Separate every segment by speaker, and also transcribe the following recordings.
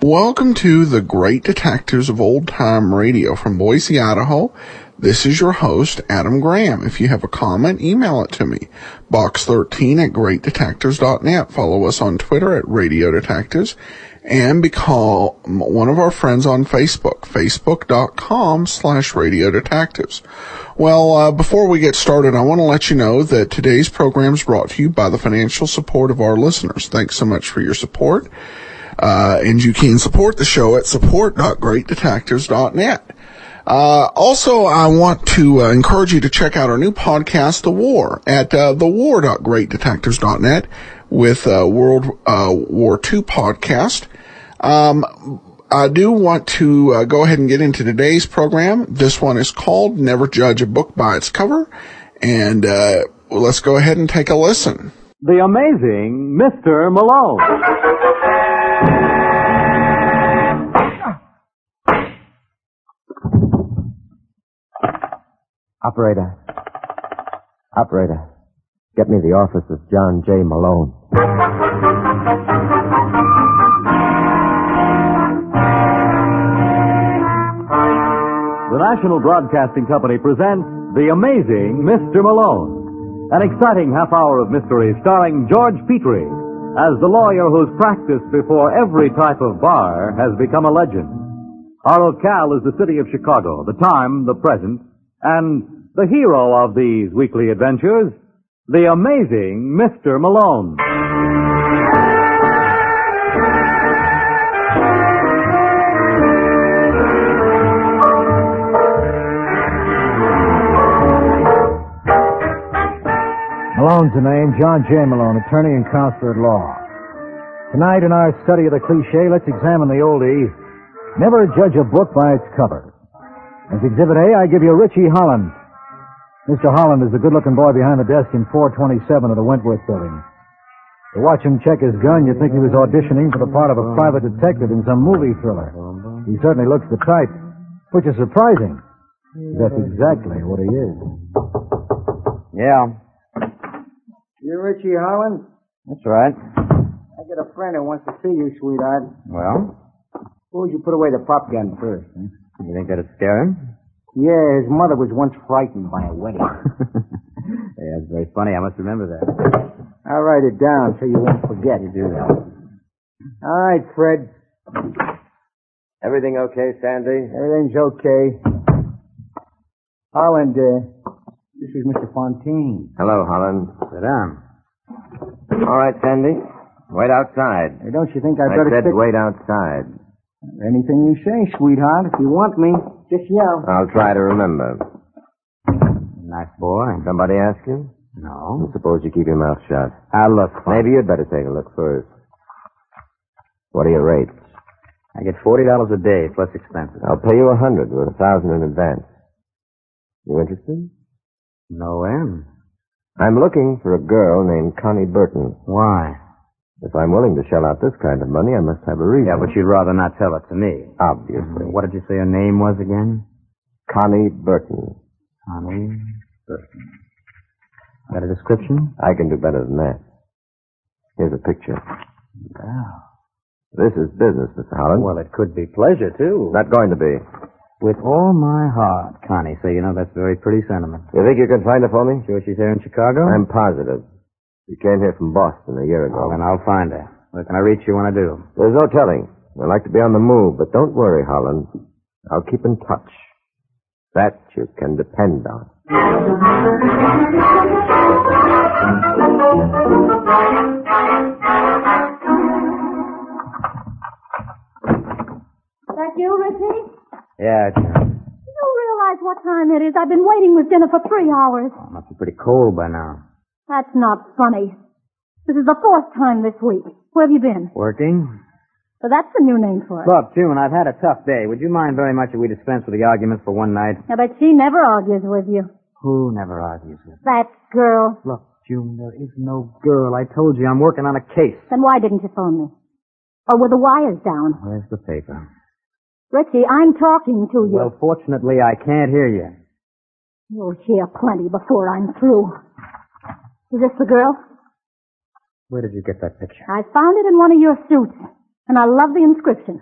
Speaker 1: Welcome to the Great Detectives of Old Time Radio from Boise, Idaho. This is your host, Adam Graham. If you have a comment, email it to me. Box13 at greatdetectives.net. Follow us on Twitter at Radio Detectives and become one of our friends on Facebook, facebook.com slash radio detectives. Well, uh, before we get started, I want to let you know that today's program is brought to you by the financial support of our listeners. Thanks so much for your support. Uh, and you can support the show at support.greatdetectives.net. Uh, also, I want to uh, encourage you to check out our new podcast, The War, at uh, thewar.greatdetectives.net with uh, World uh, War II podcast. Um, I do want to uh, go ahead and get into today's program. This one is called Never Judge a Book by Its Cover, and uh, let's go ahead and take a listen.
Speaker 2: The amazing Mr. Malone.
Speaker 3: Operator. Operator. Get me the office of John J. Malone.
Speaker 2: The National Broadcasting Company presents The Amazing Mr. Malone. An exciting half hour of mystery starring George Petrie as the lawyer whose practice before every type of bar has become a legend. Our locale is the city of Chicago, the time, the present, and the hero of these weekly adventures, the amazing Mr. Malone.
Speaker 4: Malone's the name, John J. Malone, attorney and counselor at law. Tonight, in our study of the cliche, let's examine the oldie, never judge a book by its cover. As Exhibit A, I give you Richie Holland. Mr. Holland is the good-looking boy behind the desk in 427 of the Wentworth building. To watch him check his gun, you'd think he was auditioning for the part of a private detective in some movie thriller. He certainly looks the type, which is surprising. That's exactly what he is.
Speaker 5: Yeah,
Speaker 6: You Richie Holland?
Speaker 5: that's right.
Speaker 6: I got a friend who wants to see you, sweetheart.
Speaker 5: Well,
Speaker 6: Suppose you put away the pop gun first. Huh?
Speaker 5: you think that'd scare him?
Speaker 6: Yeah, his mother was once frightened by a wedding.
Speaker 5: yeah, it's very funny. I must remember that.
Speaker 6: I'll write it down so you won't forget. You do that. All right, Fred.
Speaker 5: Everything okay, Sandy?
Speaker 6: Everything's okay. Holland, uh, this is Mr. Fontaine.
Speaker 5: Hello, Holland. Sit down. All right, Sandy. Wait outside.
Speaker 6: Hey, don't you think I'd
Speaker 5: I
Speaker 6: better
Speaker 5: said
Speaker 6: stick-
Speaker 5: wait outside.
Speaker 6: Anything you say, sweetheart. If you want me, just yell.
Speaker 5: I'll try to remember. Nice boy. Somebody ask you? No. Suppose you keep your mouth shut. I'll look. Maybe you'd better take a look first. What are your rates? I get forty dollars a day plus expenses. I'll pay you a hundred with a thousand in advance. You interested? No am. I'm looking for a girl named Connie Burton. Why? If I'm willing to shell out this kind of money, I must have a reason. Yeah, but you'd rather not tell it to me. Obviously. What did you say her name was again? Connie Burton. Connie Burton. uh, Got a description? I can do better than that. Here's a picture. Wow. This is business, Mr. Holland. Well, it could be pleasure, too. Not going to be. With all my heart, Connie. So, you know, that's a very pretty sentiment. You think you can find her for me? Sure she's here in Chicago? I'm positive. She came here from Boston a year ago. then I'll find her. Where can I reach you when I do? There's no telling. I like to be on the move, but don't worry, Holland. I'll keep in touch. That you can depend on.
Speaker 7: That you, Richie?
Speaker 5: Yeah, John.
Speaker 7: You don't realize what time it is. I've been waiting with dinner for three hours.
Speaker 5: I must be pretty cold by now.
Speaker 7: That's not funny. This is the fourth time this week. Where have you been?
Speaker 5: Working?
Speaker 7: So that's the new name for it.
Speaker 5: Look, June, I've had a tough day. Would you mind very much if we dispense with the arguments for one night?
Speaker 7: Now, but she never argues with you.
Speaker 5: Who never argues with?
Speaker 7: That girl.
Speaker 5: Look, June, there is no girl. I told you I'm working on a case.
Speaker 7: Then why didn't you phone me? Or were the wires down?
Speaker 5: Where's the paper?
Speaker 7: Richie, I'm talking to you.
Speaker 5: Well, fortunately, I can't hear you.
Speaker 7: You'll hear plenty before I'm through. Is this the girl?
Speaker 5: Where did you get that picture?
Speaker 7: I found it in one of your suits, and I love the inscription.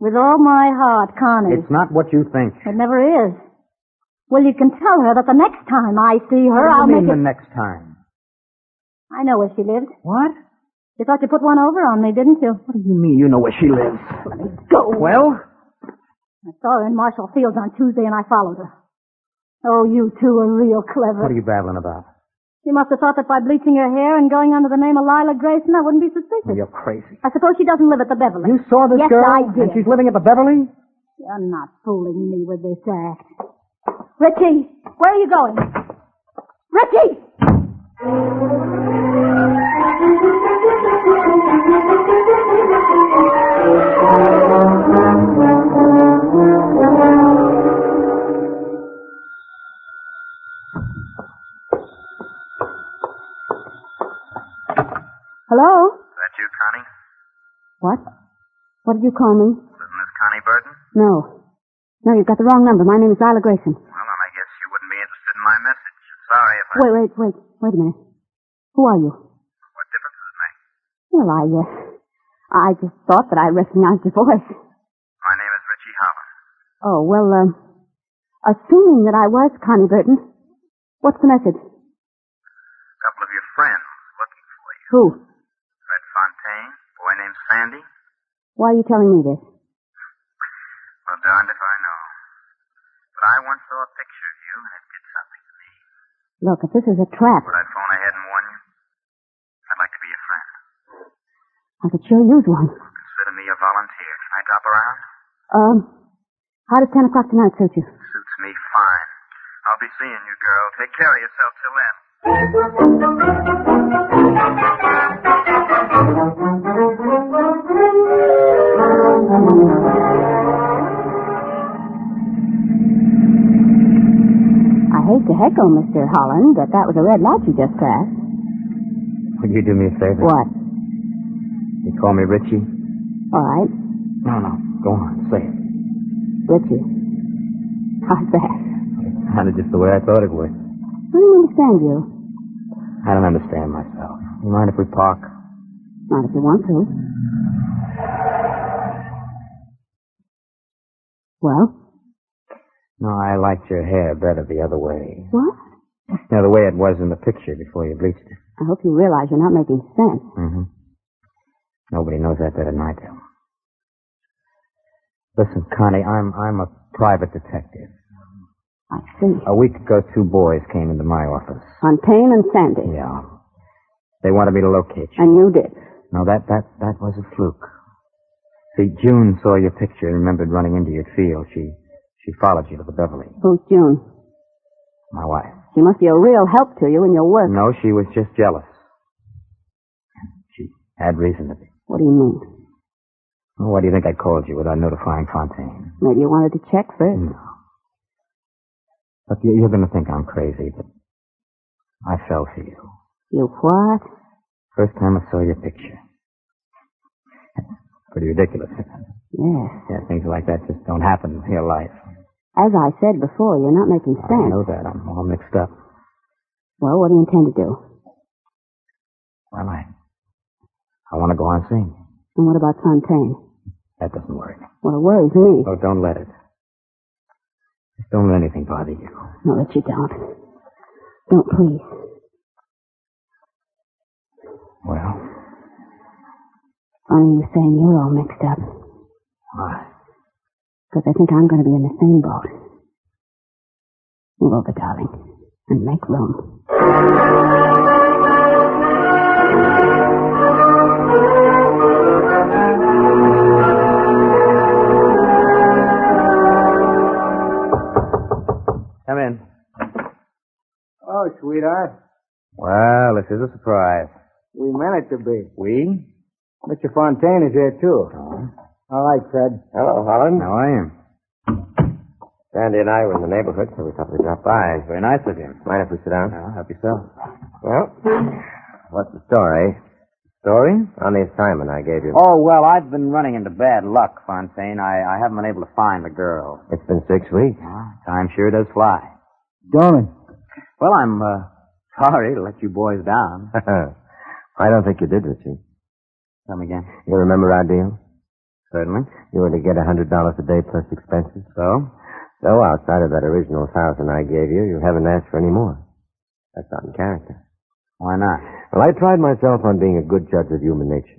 Speaker 7: With all my heart, Connie.
Speaker 5: It's not what you think.
Speaker 7: It never is. Well, you can tell her that the next time I see her,
Speaker 5: What do you
Speaker 7: I'll
Speaker 5: mean
Speaker 7: make
Speaker 5: the
Speaker 7: it.
Speaker 5: next time?
Speaker 7: I know where she lives.
Speaker 5: What?
Speaker 7: You thought you put one over on me, didn't you?
Speaker 5: What do you mean you know where she lives?
Speaker 7: Go.
Speaker 5: Well?
Speaker 7: I saw her in Marshall Fields on Tuesday, and I followed her. Oh, you two are real clever.
Speaker 5: What are you babbling about?
Speaker 7: She must have thought that by bleaching her hair and going under the name of Lila Grayson, I wouldn't be
Speaker 5: Oh,
Speaker 7: suspicious.
Speaker 5: You're crazy.
Speaker 7: I suppose she doesn't live at the Beverly.
Speaker 5: You saw this
Speaker 7: yes,
Speaker 5: girl?
Speaker 7: I
Speaker 5: And
Speaker 7: did.
Speaker 5: she's living at the Beverly?
Speaker 7: You're not fooling me with this act. Richie, where are you going? Richie! Hello?
Speaker 8: That you, Connie?
Speaker 7: What? What did you call me?
Speaker 8: Isn't this Connie Burton?
Speaker 7: No. No, you've got the wrong number. My name is Lila Grayson.
Speaker 8: Well, then I guess you wouldn't be interested in my message. Sorry if I...
Speaker 7: Wait, wait, wait. Wait a minute. Who are you?
Speaker 8: What difference does it make?
Speaker 7: Well, I, uh, I just thought that I recognized your voice.
Speaker 8: My name is Richie Holland.
Speaker 7: Oh, well, um, assuming that I was Connie Burton, what's the message?
Speaker 8: A couple of your friends looking for you.
Speaker 7: Who?
Speaker 8: Fred Fontaine, a boy named Sandy.
Speaker 7: Why are you telling me this?
Speaker 8: Well, darned if I know. But I once saw a picture of you, and it did something to me.
Speaker 7: Look, if this is a trap,
Speaker 8: Would I phone ahead and warn you? I'd like to be your friend.
Speaker 7: I could sure use one.
Speaker 8: Consider me a volunteer. Can I drop around?
Speaker 7: Um, how does 10 o'clock tonight suit you?
Speaker 8: Suits me fine. I'll be seeing you, girl. Take care of yourself till then.
Speaker 7: I hate to heckle Mr. Holland, but that was a red light you just passed.
Speaker 5: Would you do me a favor?
Speaker 7: What?
Speaker 5: You call me Richie?
Speaker 7: All right.
Speaker 5: No, no. Go on. Say it.
Speaker 7: Richie. How's that?
Speaker 5: Sounded just the way I thought it would.
Speaker 7: I don't understand you.
Speaker 5: I don't understand myself. You mind if we park?
Speaker 7: Not if you want to. Well,
Speaker 5: No, I liked your hair better the other way.
Speaker 7: what?
Speaker 5: Now, the way it was in the picture before you bleached it.
Speaker 7: I hope you realize you're not making sense.
Speaker 5: Mm-hmm. Nobody knows that better than I do. Listen, Connie, I'm I'm a private detective.
Speaker 7: I see.
Speaker 5: A week ago, two boys came into my office.
Speaker 7: Fontaine and Sandy.
Speaker 5: Yeah. They wanted me to locate you.
Speaker 7: And you did.
Speaker 5: No, that that that was a fluke. See, June saw your picture and remembered running into your field. She she followed you to the Beverly.
Speaker 7: Who's June?
Speaker 5: My wife.
Speaker 7: She must be a real help to you in your work.
Speaker 5: No, she was just jealous. She had reason to be.
Speaker 7: What do you mean?
Speaker 5: Well, Why do you think I called you without notifying Fontaine?
Speaker 7: Maybe you wanted to check first.
Speaker 5: No. Look, you- you're going to think I'm crazy, but I fell for you.
Speaker 7: You what?
Speaker 5: First time I saw your picture. Pretty ridiculous.
Speaker 7: Yes.
Speaker 5: Yeah, things like that just don't happen in real life.
Speaker 7: As I said before, you're not making
Speaker 5: I
Speaker 7: sense.
Speaker 5: know that. I'm all mixed up.
Speaker 7: Well, what do you intend to do?
Speaker 5: Well, I, I want to go on seeing you.
Speaker 7: And what about Fontaine?
Speaker 5: That doesn't worry me.
Speaker 7: Well, it worries me.
Speaker 5: Oh, don't let it. Just don't let anything bother you.
Speaker 7: No, that you don't. Don't, please.
Speaker 5: Well,
Speaker 7: Funny you saying you're all mixed up.
Speaker 5: why?
Speaker 7: Because I think I'm going to be in the same boat. Move over, darling, and make room.
Speaker 5: Come in.
Speaker 4: Oh, sweetheart.
Speaker 5: Well, this is a surprise.
Speaker 4: We meant it to be.
Speaker 5: We? Uh-huh.
Speaker 9: Mr. Fontaine is here, too. All right, Fred.
Speaker 5: Hello, Holland.
Speaker 6: How are you?
Speaker 5: Sandy and I were in the neighborhood, so we thought we'd drop by.
Speaker 6: Very nice of you.
Speaker 5: Mind if we sit down?
Speaker 6: Now, help yourself.
Speaker 5: Well, what's the story?
Speaker 6: Story?
Speaker 5: On the assignment I gave you.
Speaker 6: Oh, well, I've been running into bad luck, Fontaine. I, I haven't been able to find the girl.
Speaker 5: It's been six weeks.
Speaker 6: Time sure does fly.
Speaker 4: Darling,
Speaker 6: Well, I'm uh, sorry to let you boys down.
Speaker 5: I don't think you did, Richie.
Speaker 6: Come again.
Speaker 5: You remember our deal?
Speaker 6: Certainly.
Speaker 5: You were to get a hundred dollars a day plus expenses.
Speaker 6: So?
Speaker 5: Though outside of that original thousand I gave you, you haven't asked for any more. That's not in character.
Speaker 6: Why not?
Speaker 5: Well, I pride myself on being a good judge of human nature.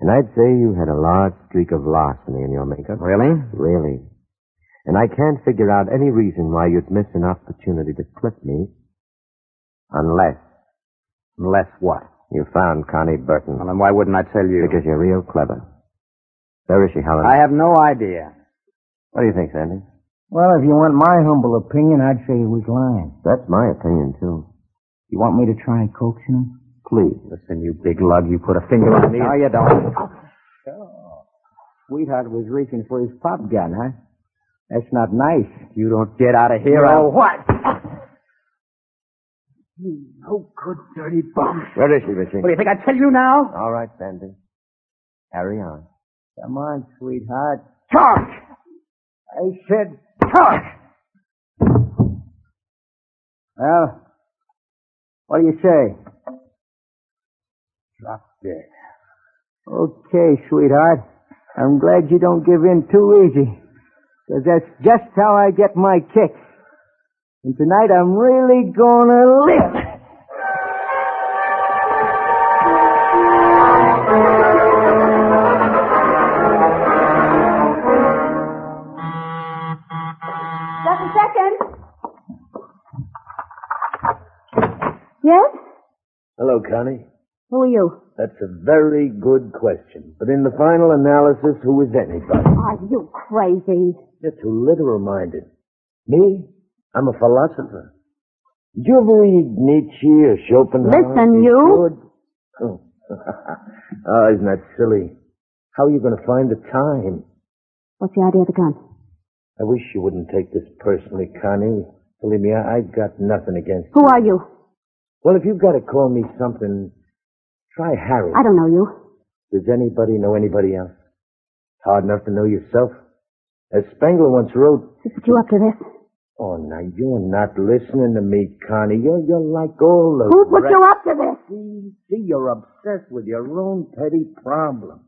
Speaker 5: And I'd say you had a large streak of larceny in your makeup.
Speaker 6: Really?
Speaker 5: Really. And I can't figure out any reason why you'd miss an opportunity to clip me unless
Speaker 6: Unless what?
Speaker 5: you found Connie Burton.
Speaker 6: Well, then why wouldn't I tell you?
Speaker 5: Because you're real clever. There is she, Helen.
Speaker 6: I have no idea.
Speaker 5: What do you think, Sandy?
Speaker 9: Well, if you want my humble opinion, I'd say he was lying.
Speaker 5: That's my opinion, too.
Speaker 9: You want me to try and coax him?
Speaker 5: Please.
Speaker 6: Listen, you big lug, you put a finger on me.
Speaker 9: No, you don't. Sweetheart was reaching for his pop gun, huh? That's not nice.
Speaker 6: You don't get out of here.
Speaker 9: Oh,
Speaker 6: I'll-
Speaker 9: what? You no Oh, good dirty bum.
Speaker 5: Where is she, Richie?
Speaker 9: What do you think I tell you now?
Speaker 5: All right, Sandy. Carry on.
Speaker 9: Come on, sweetheart. Talk! I said talk! Well, what do you say? Drop dead. Okay, sweetheart. I'm glad you don't give in too easy. Cause that's just how I get my kicks. And tonight I'm really gonna live.
Speaker 10: Just a second. Yes?
Speaker 5: Hello, Connie.
Speaker 10: Who are you?
Speaker 5: That's a very good question. But in the final analysis, who is anybody?
Speaker 10: Are you crazy?
Speaker 5: You're too literal-minded. Me? I'm a philosopher. Did you ever read Nietzsche or Schopenhauer?
Speaker 10: Listen, you.
Speaker 5: should. Oh. oh, isn't that silly? How are you going to find the time?
Speaker 7: What's the idea of the gun?
Speaker 5: I wish you wouldn't take this personally, Connie. Believe me, I, I've got nothing against
Speaker 7: Who are you?
Speaker 5: Well, if you've got to call me something, try Harry.
Speaker 7: I don't know you.
Speaker 5: Does anybody know anybody else? Hard enough to know yourself. As Spengler once wrote,
Speaker 7: Put you up to this?
Speaker 5: Oh, now you're not listening to me, Connie. You're, you're like all the
Speaker 7: Who put
Speaker 5: rest-
Speaker 7: you up to this?
Speaker 5: See, see, you're obsessed with your own petty problem.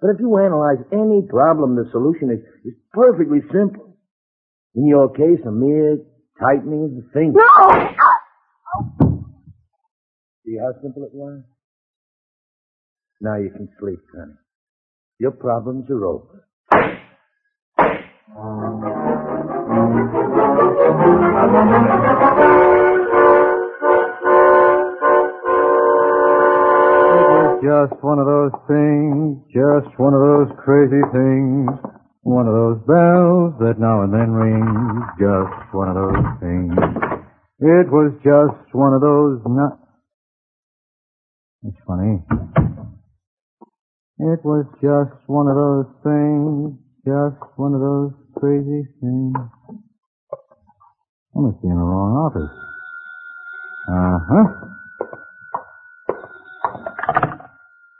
Speaker 5: But if you analyze any problem, the solution is, is perfectly simple. In your case, a mere tightening of the fingers.
Speaker 10: No!
Speaker 5: See how simple it was? Now you can sleep, Connie. Your problems are over.
Speaker 4: It was just one of those things, just one of those crazy things. One of those bells that now and then rings, just one of those things. It was just one of those not. It's funny. It was just one of those things, just one of those crazy things. I must be in the wrong office. Uh huh.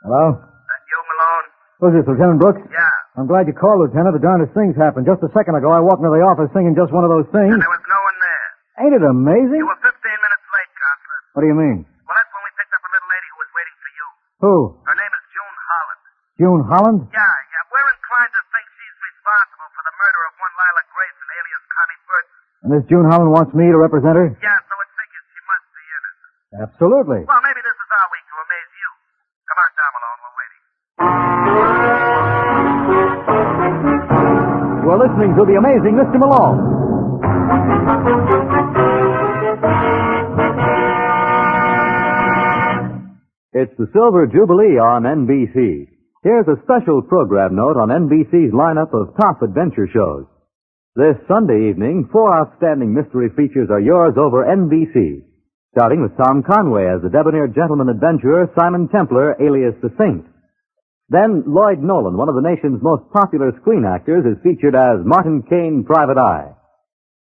Speaker 4: Hello?
Speaker 11: You, Malone?
Speaker 4: Who's this, Lieutenant Brooks?
Speaker 11: Yeah.
Speaker 4: I'm glad you called, Lieutenant. The darndest things happened. Just a second ago, I walked into the office singing just one of those things.
Speaker 11: There was no one there.
Speaker 4: Ain't it amazing?
Speaker 11: You were 15 minutes late, Constable.
Speaker 4: What do you mean?
Speaker 11: Well, that's when we picked up a little lady who was waiting for you.
Speaker 4: Who?
Speaker 11: Her name is June Holland.
Speaker 4: June Holland?
Speaker 11: Yeah, yeah. We're inclined to think she's responsible for the murder of one Lila Grayson, alias Connie Burton.
Speaker 4: And this June Holland wants me to represent her?
Speaker 11: Yeah, so it figures she must be innocent.
Speaker 4: Absolutely.
Speaker 11: Well, maybe this is our week to amaze you. Come on down, Malone. We're waiting.
Speaker 4: You're listening to the amazing Mr. Malone.
Speaker 2: It's the Silver Jubilee on NBC. Here's a special program note on NBC's lineup of top adventure shows. This Sunday evening, four outstanding mystery features are yours over NBC, starting with Tom Conway as the debonair gentleman adventurer Simon Templar, alias the Saint, Then Lloyd Nolan, one of the nation's most popular screen actors, is featured as Martin Kane Private Eye.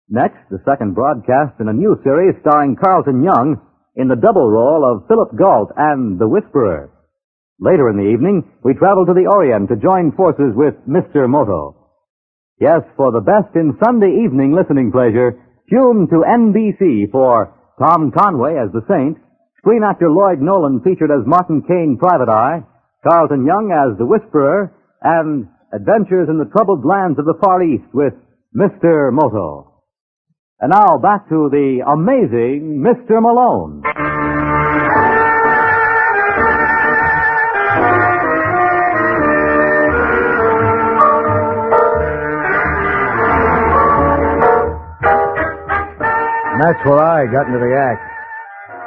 Speaker 2: Next, the second broadcast in a new series starring Carlton Young in the double role of Philip Galt and The Whisperer. Later in the evening, we travel to the Orient to join forces with Mr. Moto. Yes, for the best in Sunday evening listening pleasure, tune to NBC for Tom Conway as the Saint, screen actor Lloyd Nolan featured as Martin Kane Private Eye, Carlton Young as the Whisperer, and Adventures in the Troubled Lands of the Far East with Mr. Moto. And now back to the amazing Mr. Malone.
Speaker 4: And that's where I got into the act.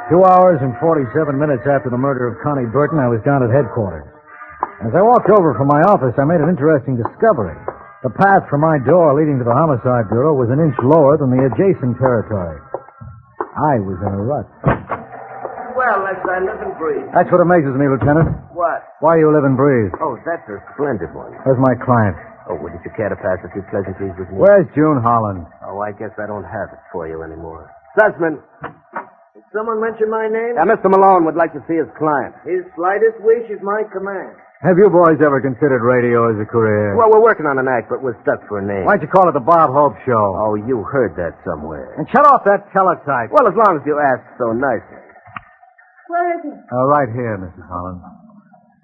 Speaker 4: Two hours and 47 minutes after the murder of Connie Burton, I was down at headquarters. As I walked over from my office, I made an interesting discovery. The path from my door leading to the Homicide Bureau was an inch lower than the adjacent territory. I was in a rut.
Speaker 12: Well, let's uh, live and breathe.
Speaker 4: That's what amazes me, Lieutenant.
Speaker 12: What?
Speaker 4: Why you live and breathe?
Speaker 12: Oh, that's a splendid one.
Speaker 4: Where's my client?
Speaker 12: Oh, wouldn't you care to pass a few pleasantries with me?
Speaker 4: Where's June Holland?
Speaker 12: Oh, I guess I don't have it for you anymore. Sussman, did someone mention my name?
Speaker 5: Now, Mr. Malone would like to see his client.
Speaker 12: His slightest wish is my command.
Speaker 4: Have you boys ever considered radio as a career?
Speaker 5: Well, we're working on an act, but we're stuck for a name.
Speaker 4: Why'd you call it the Bob Hope Show?
Speaker 5: Oh, you heard that somewhere.
Speaker 4: And shut off that teletype.
Speaker 5: Well, as long as you ask so nicely.
Speaker 10: Where is he?
Speaker 4: Uh, right here, Mrs. Holland.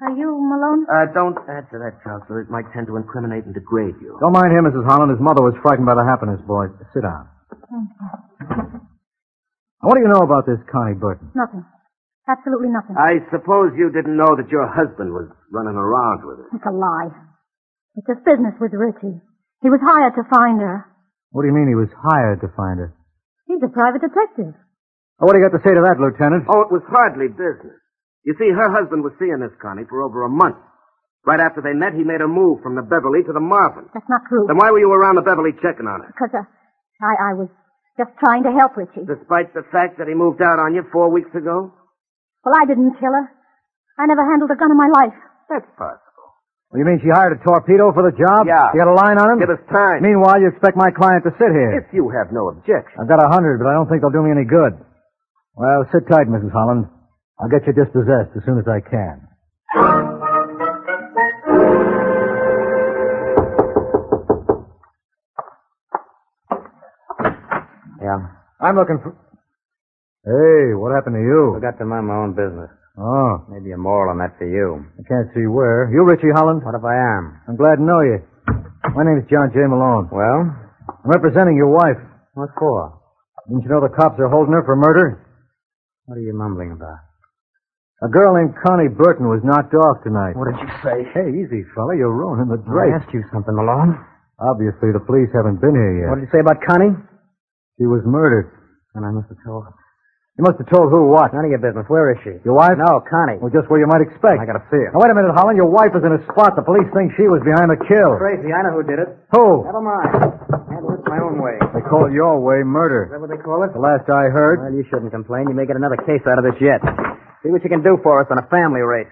Speaker 10: Are you Malone?
Speaker 12: Uh, don't answer that, Counselor. It might tend to incriminate and degrade you.
Speaker 4: Don't mind him, Mrs. Holland. His mother was frightened by the happiness boy. Sit down. Now, What do you know about this Connie Burton?
Speaker 10: Nothing. Absolutely nothing.
Speaker 5: I suppose you didn't know that your husband was running around with her.
Speaker 10: It's a lie. It's just business with Richie. He was hired to find her.
Speaker 4: What do you mean he was hired to find her?
Speaker 10: He's a private detective.
Speaker 4: Oh, what do you got to say to that, Lieutenant?
Speaker 5: Oh, it was hardly business. You see, her husband was seeing this Connie for over a month. Right after they met, he made a move from the Beverly to the Marvin.
Speaker 10: That's not true.
Speaker 5: Then why were you around the Beverly checking on her?
Speaker 10: Because uh, I, I was just trying to help Richie.
Speaker 5: Despite the fact that he moved out on you four weeks ago?
Speaker 10: Well, I didn't kill her. I never handled a gun in my life.
Speaker 5: That's possible.
Speaker 4: Well, you mean she hired a torpedo for the job?
Speaker 5: Yeah.
Speaker 4: You got a line on him?
Speaker 5: Give us time.
Speaker 4: Meanwhile, you expect my client to sit here.
Speaker 5: If you have no objection.
Speaker 4: I've got a hundred, but I don't think they'll do me any good. Well, sit tight, Mrs. Holland. I'll get you dispossessed as soon as I can.
Speaker 6: Yeah.
Speaker 4: I'm looking for. Hey, what happened to
Speaker 6: I
Speaker 4: you?
Speaker 6: got to mind my own business.
Speaker 4: Oh,
Speaker 6: Maybe a moral on that for you.
Speaker 4: I can't see where. You Richie Holland?
Speaker 6: What if I am?
Speaker 4: I'm glad to know you. My name's John J. Malone.
Speaker 6: Well,
Speaker 4: I'm representing your wife.
Speaker 6: what for?
Speaker 4: Didn't you know the cops are holding her for murder?
Speaker 6: What are you mumbling about?
Speaker 4: A girl named Connie Burton was knocked off tonight.
Speaker 6: What did you say?
Speaker 4: Hey, easy, fella. You're ruining the
Speaker 6: I
Speaker 4: dress.
Speaker 6: asked you something, Malone.
Speaker 4: Obviously, the police haven't been here yet.
Speaker 6: What did you say about Connie?
Speaker 4: She was murdered.
Speaker 6: And I must have told her.
Speaker 4: You must have told who what.
Speaker 6: None of your business. Where is she?
Speaker 4: Your wife?
Speaker 6: No, Connie.
Speaker 4: Well, just where you might expect.
Speaker 6: I gotta see her.
Speaker 4: Now, wait a minute, Holland. Your wife is in a spot. The police think she was behind the kill.
Speaker 6: Crazy. I know who did it.
Speaker 4: Who?
Speaker 6: Never mind. Handle it my own way. Is
Speaker 4: They call your way murder.
Speaker 6: that what they call it?
Speaker 4: The last I heard.
Speaker 6: Well, you shouldn't complain. You may get another case out of this yet. See what you can do for us on a family rate.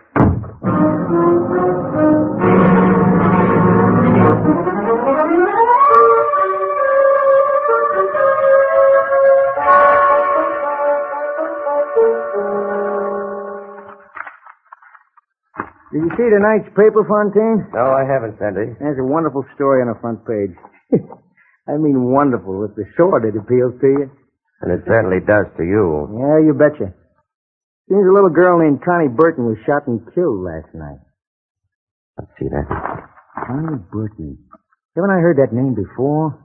Speaker 4: Did you see tonight's paper, Fontaine?
Speaker 5: No, I haven't, Sandy.
Speaker 9: There's a wonderful story on the front page. I mean wonderful. It's the short it appeals to you.
Speaker 5: And it certainly does to you.
Speaker 9: Yeah, you betcha. Seems a little girl named Connie Burton was shot and killed last night.
Speaker 5: Let's see that.
Speaker 9: Connie Burton. Haven't I heard that name before?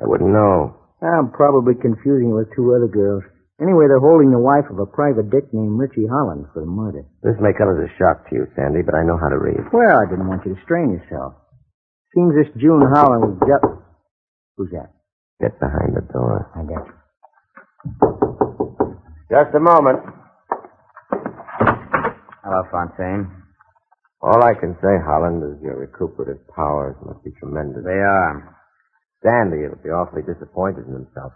Speaker 5: I wouldn't know.
Speaker 9: I'm probably confusing her with two other girls. Anyway, they're holding the wife of a private dick named Richie Holland for the murder.
Speaker 5: This may come as a shock to you, Sandy, but I know how to read.
Speaker 9: Well, I didn't want you to strain yourself. Seems this June Holland was just... Who's that?
Speaker 5: Get behind the door.
Speaker 9: I got you.
Speaker 5: Just a moment.
Speaker 6: Hello, Fontaine.
Speaker 5: All I can say, Holland, is your recuperative powers must be tremendous.
Speaker 6: They are.
Speaker 5: Sandy will be awfully disappointed in himself.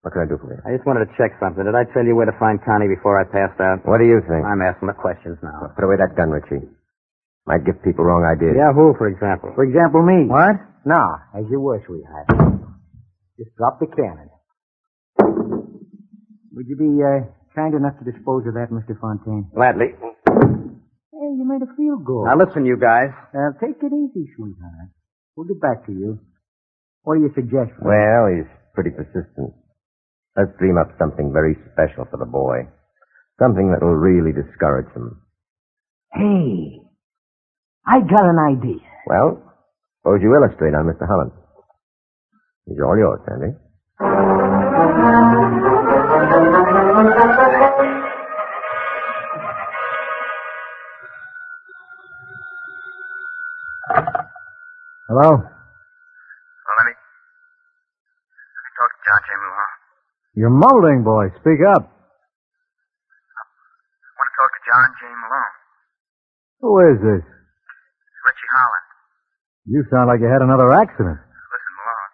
Speaker 5: What can I do for you?
Speaker 6: I just wanted to check something. Did I tell you where to find Connie before I passed out?
Speaker 5: What do you think?
Speaker 6: I'm asking the questions now.
Speaker 5: Put away that gun, Richie. Might give people wrong ideas.
Speaker 9: Yeah, who, for example? For example, me. What? Nah, as you were, sweetheart. Just drop the cannon. Would you be uh, kind enough to dispose of that, Mr. Fontaine?
Speaker 5: Gladly.
Speaker 9: Hey, you made a field goal.
Speaker 5: Now listen, you guys.
Speaker 9: Uh, take it easy, sweetheart. We'll get back to you. What do you suggest?
Speaker 5: Well, he's pretty persistent. Let's dream up something very special for the boy. Something that'll really discourage him.
Speaker 9: Hey, I got an idea.
Speaker 5: Well, suppose you illustrate on Mr. Holland. He's all yours, Sandy.
Speaker 4: Hello?
Speaker 11: Well, let me. Let me talk to John J. Mulholland.
Speaker 4: You're mumbling, boy. Speak up.
Speaker 11: I want to talk to John J. Malone.
Speaker 4: Who is this?
Speaker 11: It's Richie Holland.
Speaker 4: You sound like you had another accident.
Speaker 11: Listen, Malone.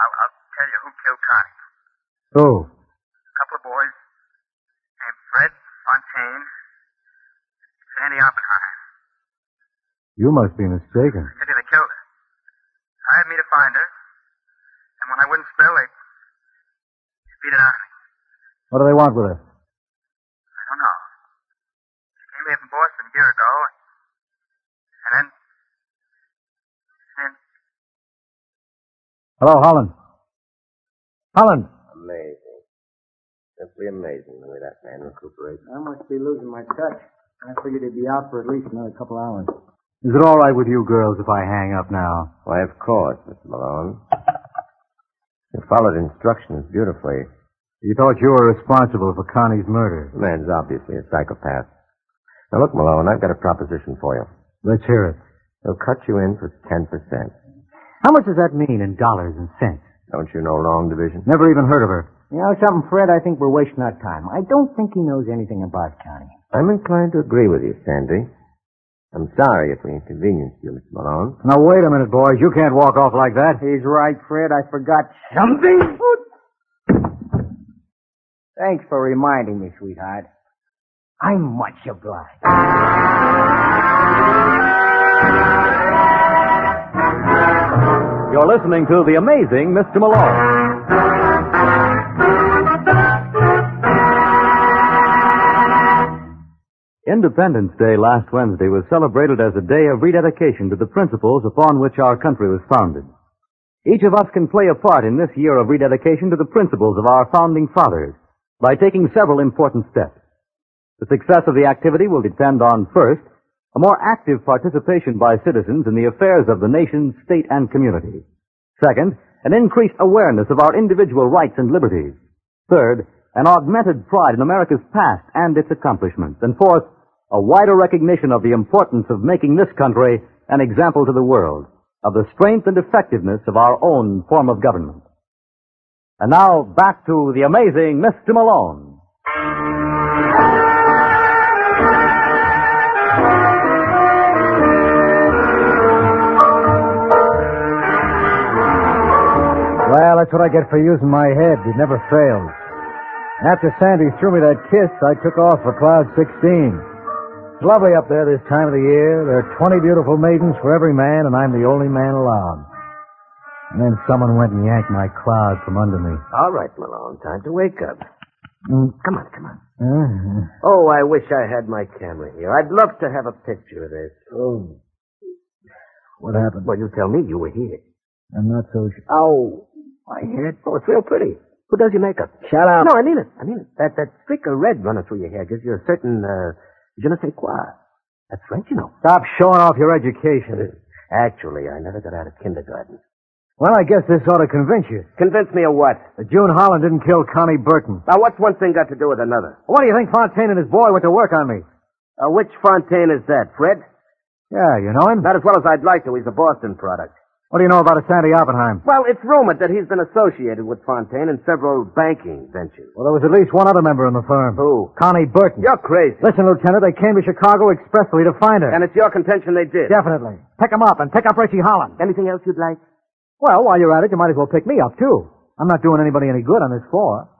Speaker 11: I'll, I'll tell you who killed Connie.
Speaker 4: Who?
Speaker 11: A couple of boys named Fred Fontaine and Sandy Oppenheimer.
Speaker 4: You must be mistaken.
Speaker 11: Said they killed her. Hired me to find her. And when I wouldn't spell, they, they beat it out of me.
Speaker 4: What do they want with her?
Speaker 11: I don't know. She came here from Boston a year ago. And then. Then.
Speaker 4: Hello, Holland. Holland.
Speaker 5: Amazing. Simply amazing the way that man recuperates.
Speaker 9: I must be losing my touch. I figured he'd be out for at least another couple hours.
Speaker 4: Is it all right with you girls if I hang up now?
Speaker 5: Why, of course, Mr. Malone. You followed instructions beautifully.
Speaker 4: You thought you were responsible for Connie's murder.
Speaker 5: The man's obviously a psychopath. Now look, Malone, I've got a proposition for you.
Speaker 4: Let's hear it.
Speaker 5: They'll cut you in for 10%.
Speaker 4: How much does that mean in dollars and cents?
Speaker 5: Don't you know long division?
Speaker 4: Never even heard of her.
Speaker 9: You know something, Fred? I think we're wasting our time. I don't think he knows anything about Connie.
Speaker 5: I'm inclined to agree with you, Sandy. I'm sorry if we inconvenienced you, Mr. Malone.
Speaker 4: Now, wait a minute, boys. You can't walk off like that.
Speaker 9: He's right, Fred. I forgot something. Thanks for reminding me, sweetheart. I'm much obliged.
Speaker 2: You're listening to The Amazing Mr. Malone.
Speaker 13: Independence Day last Wednesday was celebrated as a day of rededication to the principles upon which our country was founded. Each of us can play a part in this year of rededication to the principles of our founding fathers by taking several important steps. The success of the activity will depend on, first, a more active participation by citizens in the affairs of the nation, state, and community. Second, an increased awareness of our individual rights and liberties. Third, an augmented pride in America's past and its accomplishments. And fourth, a wider recognition of the importance of making this country an example to the world of the strength and effectiveness of our own form of government. And now back to the amazing Mr. Malone.
Speaker 4: Well, that's what I get for using my head. It never fails. After Sandy threw me that kiss, I took off for Cloud 16. It's lovely up there this time of the year. There are 20 beautiful maidens for every man, and I'm the only man allowed. And then someone went and yanked my cloud from under me.
Speaker 5: All right, Malone, time to wake up.
Speaker 4: Mm.
Speaker 5: Come on, come on.
Speaker 4: Uh-huh.
Speaker 5: Oh, I wish I had my camera here. I'd love to have a picture of this. Oh.
Speaker 4: What happened?
Speaker 5: Well, you tell me you were here.
Speaker 4: I'm not so sure.
Speaker 5: Oh, I hear it. Oh, it's real pretty. Who does your makeup?
Speaker 9: Shut up.
Speaker 5: No, I mean it. I mean it. That that streak of red running through your hair gives you a certain uh, je ne sais quoi. That's French, you know.
Speaker 4: Stop showing off your education.
Speaker 5: Actually, I never got out of kindergarten.
Speaker 4: Well, I guess this ought to convince you.
Speaker 5: Convince me of what?
Speaker 4: that June Holland didn't kill Connie Burton.
Speaker 5: Now, what's one thing got to do with another?
Speaker 4: What do you think Fontaine and his boy went to work on me?
Speaker 5: Uh, which Fontaine is that, Fred?
Speaker 4: Yeah, you know him?
Speaker 5: Not as well as I'd like to. He's a Boston product.
Speaker 4: What do you know about a Sandy Oppenheim?
Speaker 5: Well, it's rumored that he's been associated with Fontaine in several banking ventures.
Speaker 4: Well, there was at least one other member in the firm.
Speaker 5: Who?
Speaker 4: Connie Burton.
Speaker 5: You're crazy.
Speaker 4: Listen, Lieutenant, they came to Chicago expressly to find her.
Speaker 5: And it's your contention they did.
Speaker 4: Definitely. Pick him up and pick up Richie Holland.
Speaker 5: Anything else you'd like?
Speaker 4: Well, while you're at it, you might as well pick me up, too. I'm not doing anybody any good on this floor.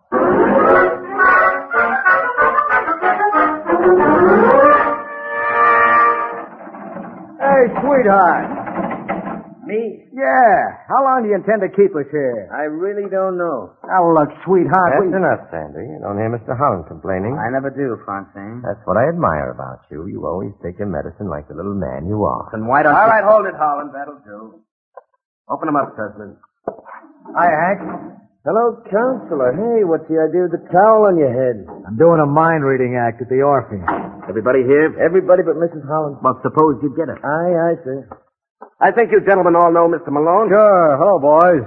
Speaker 14: sweetheart.
Speaker 12: Me?
Speaker 14: Yeah. How long do you intend to keep us here?
Speaker 12: I really don't know.
Speaker 14: Now, look, sweetheart. we...
Speaker 5: That's enough, Sandy. You don't hear Mr. Holland complaining.
Speaker 6: I never do, Francine.
Speaker 5: That's what I admire about you. You always take your medicine like the little man you are.
Speaker 6: Then why don't
Speaker 12: All
Speaker 6: you...
Speaker 12: right, hold it, Holland. That'll do. Open him up, Sussman.
Speaker 14: Hi, Hank.
Speaker 12: Hello, counselor. Hey, what's the idea of the towel on your head?
Speaker 4: I'm doing a mind reading act at the orphan.
Speaker 12: Everybody here? Everybody but Mrs. Holland.
Speaker 6: Well, suppose you get it.
Speaker 12: Aye, aye, sir. I think you gentlemen all know Mr. Malone.
Speaker 4: Sure. Hello, boys.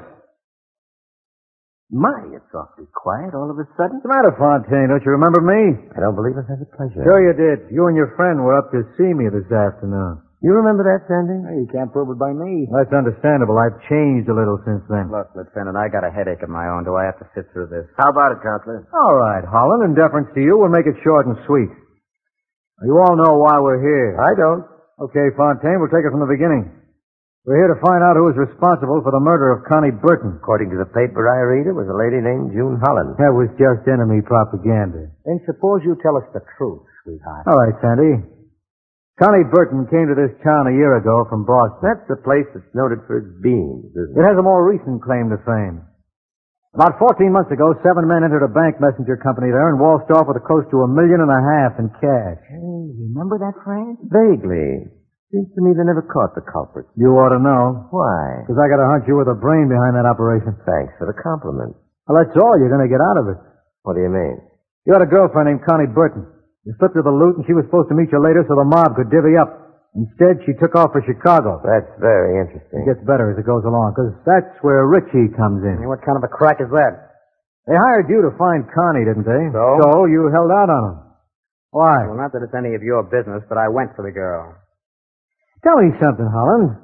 Speaker 6: My, it's awfully quiet all of a sudden.
Speaker 4: What's the matter, Fontaine? Don't you remember me?
Speaker 5: I don't believe I've had the pleasure.
Speaker 4: Sure you did. You and your friend were up to see me this afternoon.
Speaker 5: You remember that, Sandy?
Speaker 4: you can't prove it by me. That's understandable. I've changed a little since then.
Speaker 6: Look, Lieutenant, I got a headache of my own. Do I have to sit through this?
Speaker 12: How about it, counselor?
Speaker 4: All right, Holland, in deference to you, we'll make it short and sweet. You all know why we're here.
Speaker 5: I don't.
Speaker 4: Okay, Fontaine, we'll take it from the beginning. We're here to find out who is responsible for the murder of Connie Burton.
Speaker 5: According to the paper I read, it was a lady named June Holland.
Speaker 4: That was just enemy propaganda.
Speaker 14: Then suppose you tell us the truth, sweetheart.
Speaker 4: All right, Sandy. Connie Burton came to this town a year ago from Boston.
Speaker 5: That's the place that's noted for its beans, isn't
Speaker 4: It has a more recent claim to fame. About 14 months ago, seven men entered a bank messenger company there and waltzed off with close to a million and a half in cash.
Speaker 14: remember that, Frank?
Speaker 5: Vaguely. Seems to me they never caught the culprit.
Speaker 4: You ought to know,
Speaker 5: Why?
Speaker 4: because I got a hunch you were the brain behind that operation.
Speaker 5: Thanks for the compliment.
Speaker 4: Well, that's all you're going to get out of it.
Speaker 5: What do you mean?
Speaker 4: You had a girlfriend named Connie Burton. You slipped her the loot, and she was supposed to meet you later so the mob could divvy up. Instead, she took off for Chicago.
Speaker 5: That's very interesting.
Speaker 4: It gets better as it goes along, because that's where Richie comes in.
Speaker 14: What kind of a crack is that?
Speaker 4: They hired you to find Connie, didn't they?
Speaker 6: So?
Speaker 4: So you held out on him. Why?
Speaker 6: Well, not that it's any of your business, but I went for the girl.
Speaker 4: Tell me something, Holland.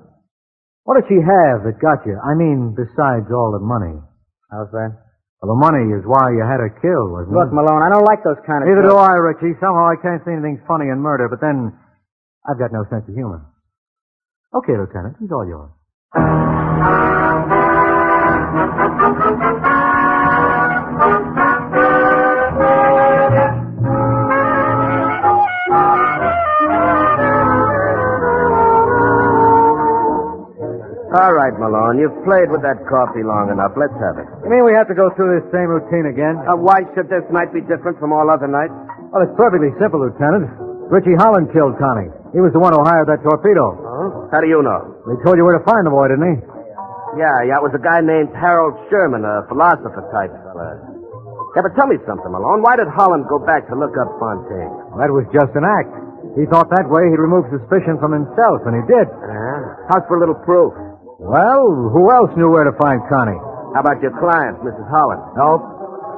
Speaker 4: What did she have that got you? I mean, besides all the money.
Speaker 6: How's that?
Speaker 4: Well, the money is why you had her killed, wasn't
Speaker 6: Look,
Speaker 4: it?
Speaker 6: Malone, I don't like those kind of...
Speaker 4: Neither do I, Richie. Somehow I can't see anything funny in murder, but then I've got no sense of humor. Okay, Lieutenant, he's all yours.
Speaker 5: All right, Malone, you've played with that coffee long enough. Let's have it.
Speaker 4: You mean we have to go through this same routine again?
Speaker 5: Uh, why should this night be different from all other nights?
Speaker 4: Well, it's perfectly simple, Lieutenant. Richie Holland killed Connie. He was the one who hired that torpedo.
Speaker 5: Huh? How do you know?
Speaker 4: They told you where to find the boy, didn't he?
Speaker 5: Yeah, yeah, it was a guy named Harold Sherman, a philosopher type fella. Yeah, but tell me something, Malone. Why did Holland go back to look up Fontaine?
Speaker 4: Well, that was just an act. He thought that way he'd remove suspicion from himself, and he did.
Speaker 5: Yeah. How's for a little proof?
Speaker 4: Well, who else knew where to find Connie?
Speaker 5: How about your client, Mrs. Holland?
Speaker 4: Nope.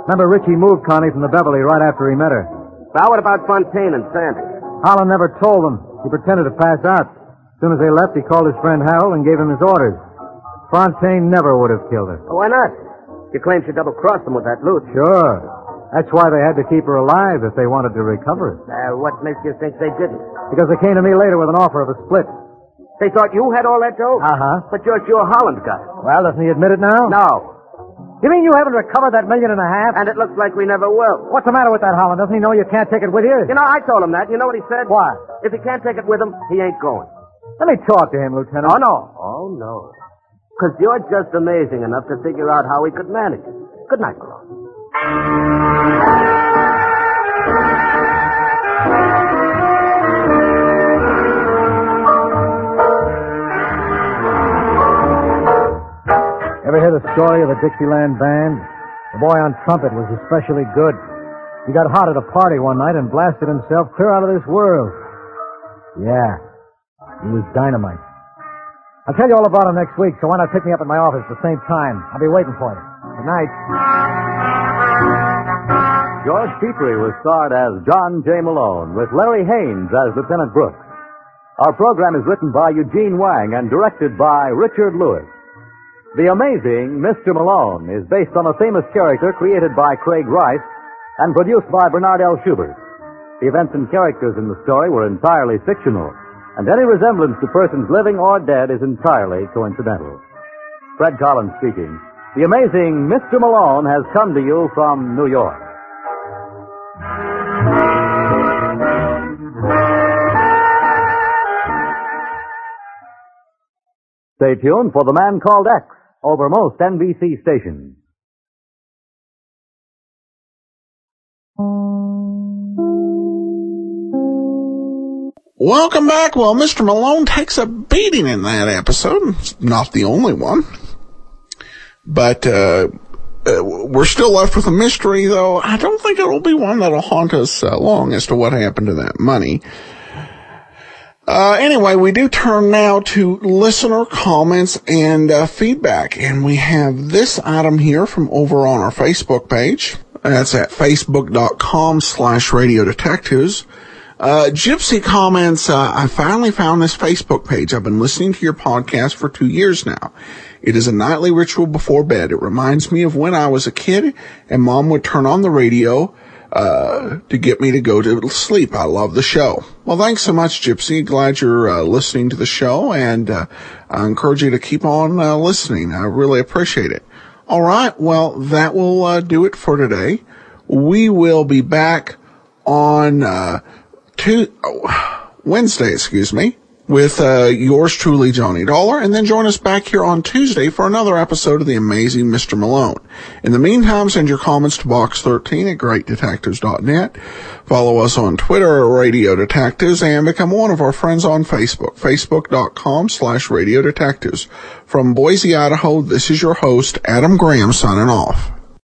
Speaker 4: Remember, Richie moved Connie from the Beverly right after he met her.
Speaker 5: Now, what about Fontaine and Sandy?
Speaker 4: Holland never told them. He pretended to pass out. As soon as they left, he called his friend Harold and gave him his orders. Fontaine never would have killed her.
Speaker 5: Oh, why not? You claim she double-crossed him with that loot.
Speaker 4: Sure. That's why they had to keep her alive if they wanted to recover it.
Speaker 5: Uh, what makes you think they didn't?
Speaker 4: Because they came to me later with an offer of a split.
Speaker 5: They thought you had all that dough?
Speaker 4: Uh-huh.
Speaker 5: But you're sure Holland got it.
Speaker 4: Well, doesn't he admit it now?
Speaker 5: No.
Speaker 4: You mean you haven't recovered that million and a half?
Speaker 5: And it looks like we never will.
Speaker 4: What's the matter with that, Holland? Doesn't he know you can't take it with you?
Speaker 5: You know, I told him that. You know what he said?
Speaker 4: Why?
Speaker 5: If he can't take it with him, he ain't going.
Speaker 4: Let me talk to him, Lieutenant.
Speaker 5: Oh, no. Oh, no. Because you're just amazing enough to figure out how he could manage it. Good night, Malone.
Speaker 4: Ever hear the story of the Dixieland band? The boy on trumpet was especially good. He got hot at a party one night and blasted himself clear out of this world. Yeah, he was dynamite. I'll tell you all about him next week, so why not pick me up at my office at the same time? I'll be waiting for you. Good night.
Speaker 13: George Petrie was starred as John J. Malone, with Larry Haynes as Lieutenant Brooks. Our program is written by Eugene Wang and directed by Richard Lewis. The amazing Mr. Malone is based on a famous character created by Craig Rice and produced by Bernard L. Schubert. The events and characters in the story were entirely fictional, and any resemblance to persons living or dead is entirely coincidental. Fred Collins speaking. The amazing Mr. Malone has come to you from New York. Stay tuned for The Man Called X over most NBC stations.
Speaker 1: Welcome back. Well, Mr. Malone takes a beating in that episode. It's not the only one. But, uh, uh, we're still left with a mystery, though. I don't think it'll be one that'll haunt us uh, long as to what happened to that money. Uh, anyway, we do turn now to listener comments and uh, feedback, and we have this item here from over on our Facebook page. That's at facebook.com slash radio detectives. Uh, Gypsy comments, uh, I finally found this Facebook page. I've been listening to your podcast for two years now. It is a nightly ritual before bed. It reminds me of when I was a kid and mom would turn on the radio, uh, to get me to go to sleep. I love the show. Well, thanks so much, Gypsy. Glad you're uh, listening to the show and, uh, I encourage you to keep on uh, listening. I really appreciate it. All right. Well, that will uh, do it for today. We will be back on, uh, Tu- oh, Wednesday, excuse me, with uh, yours truly, Johnny Dollar, and then join us back here on Tuesday for another episode of The Amazing Mr. Malone. In the meantime, send your comments to Box13 at GreatDetectives.net. Follow us on Twitter at Radio Detectives and become one of our friends on Facebook, facebook.com slash Radio Detectives. From Boise, Idaho, this is your host, Adam Graham, signing off.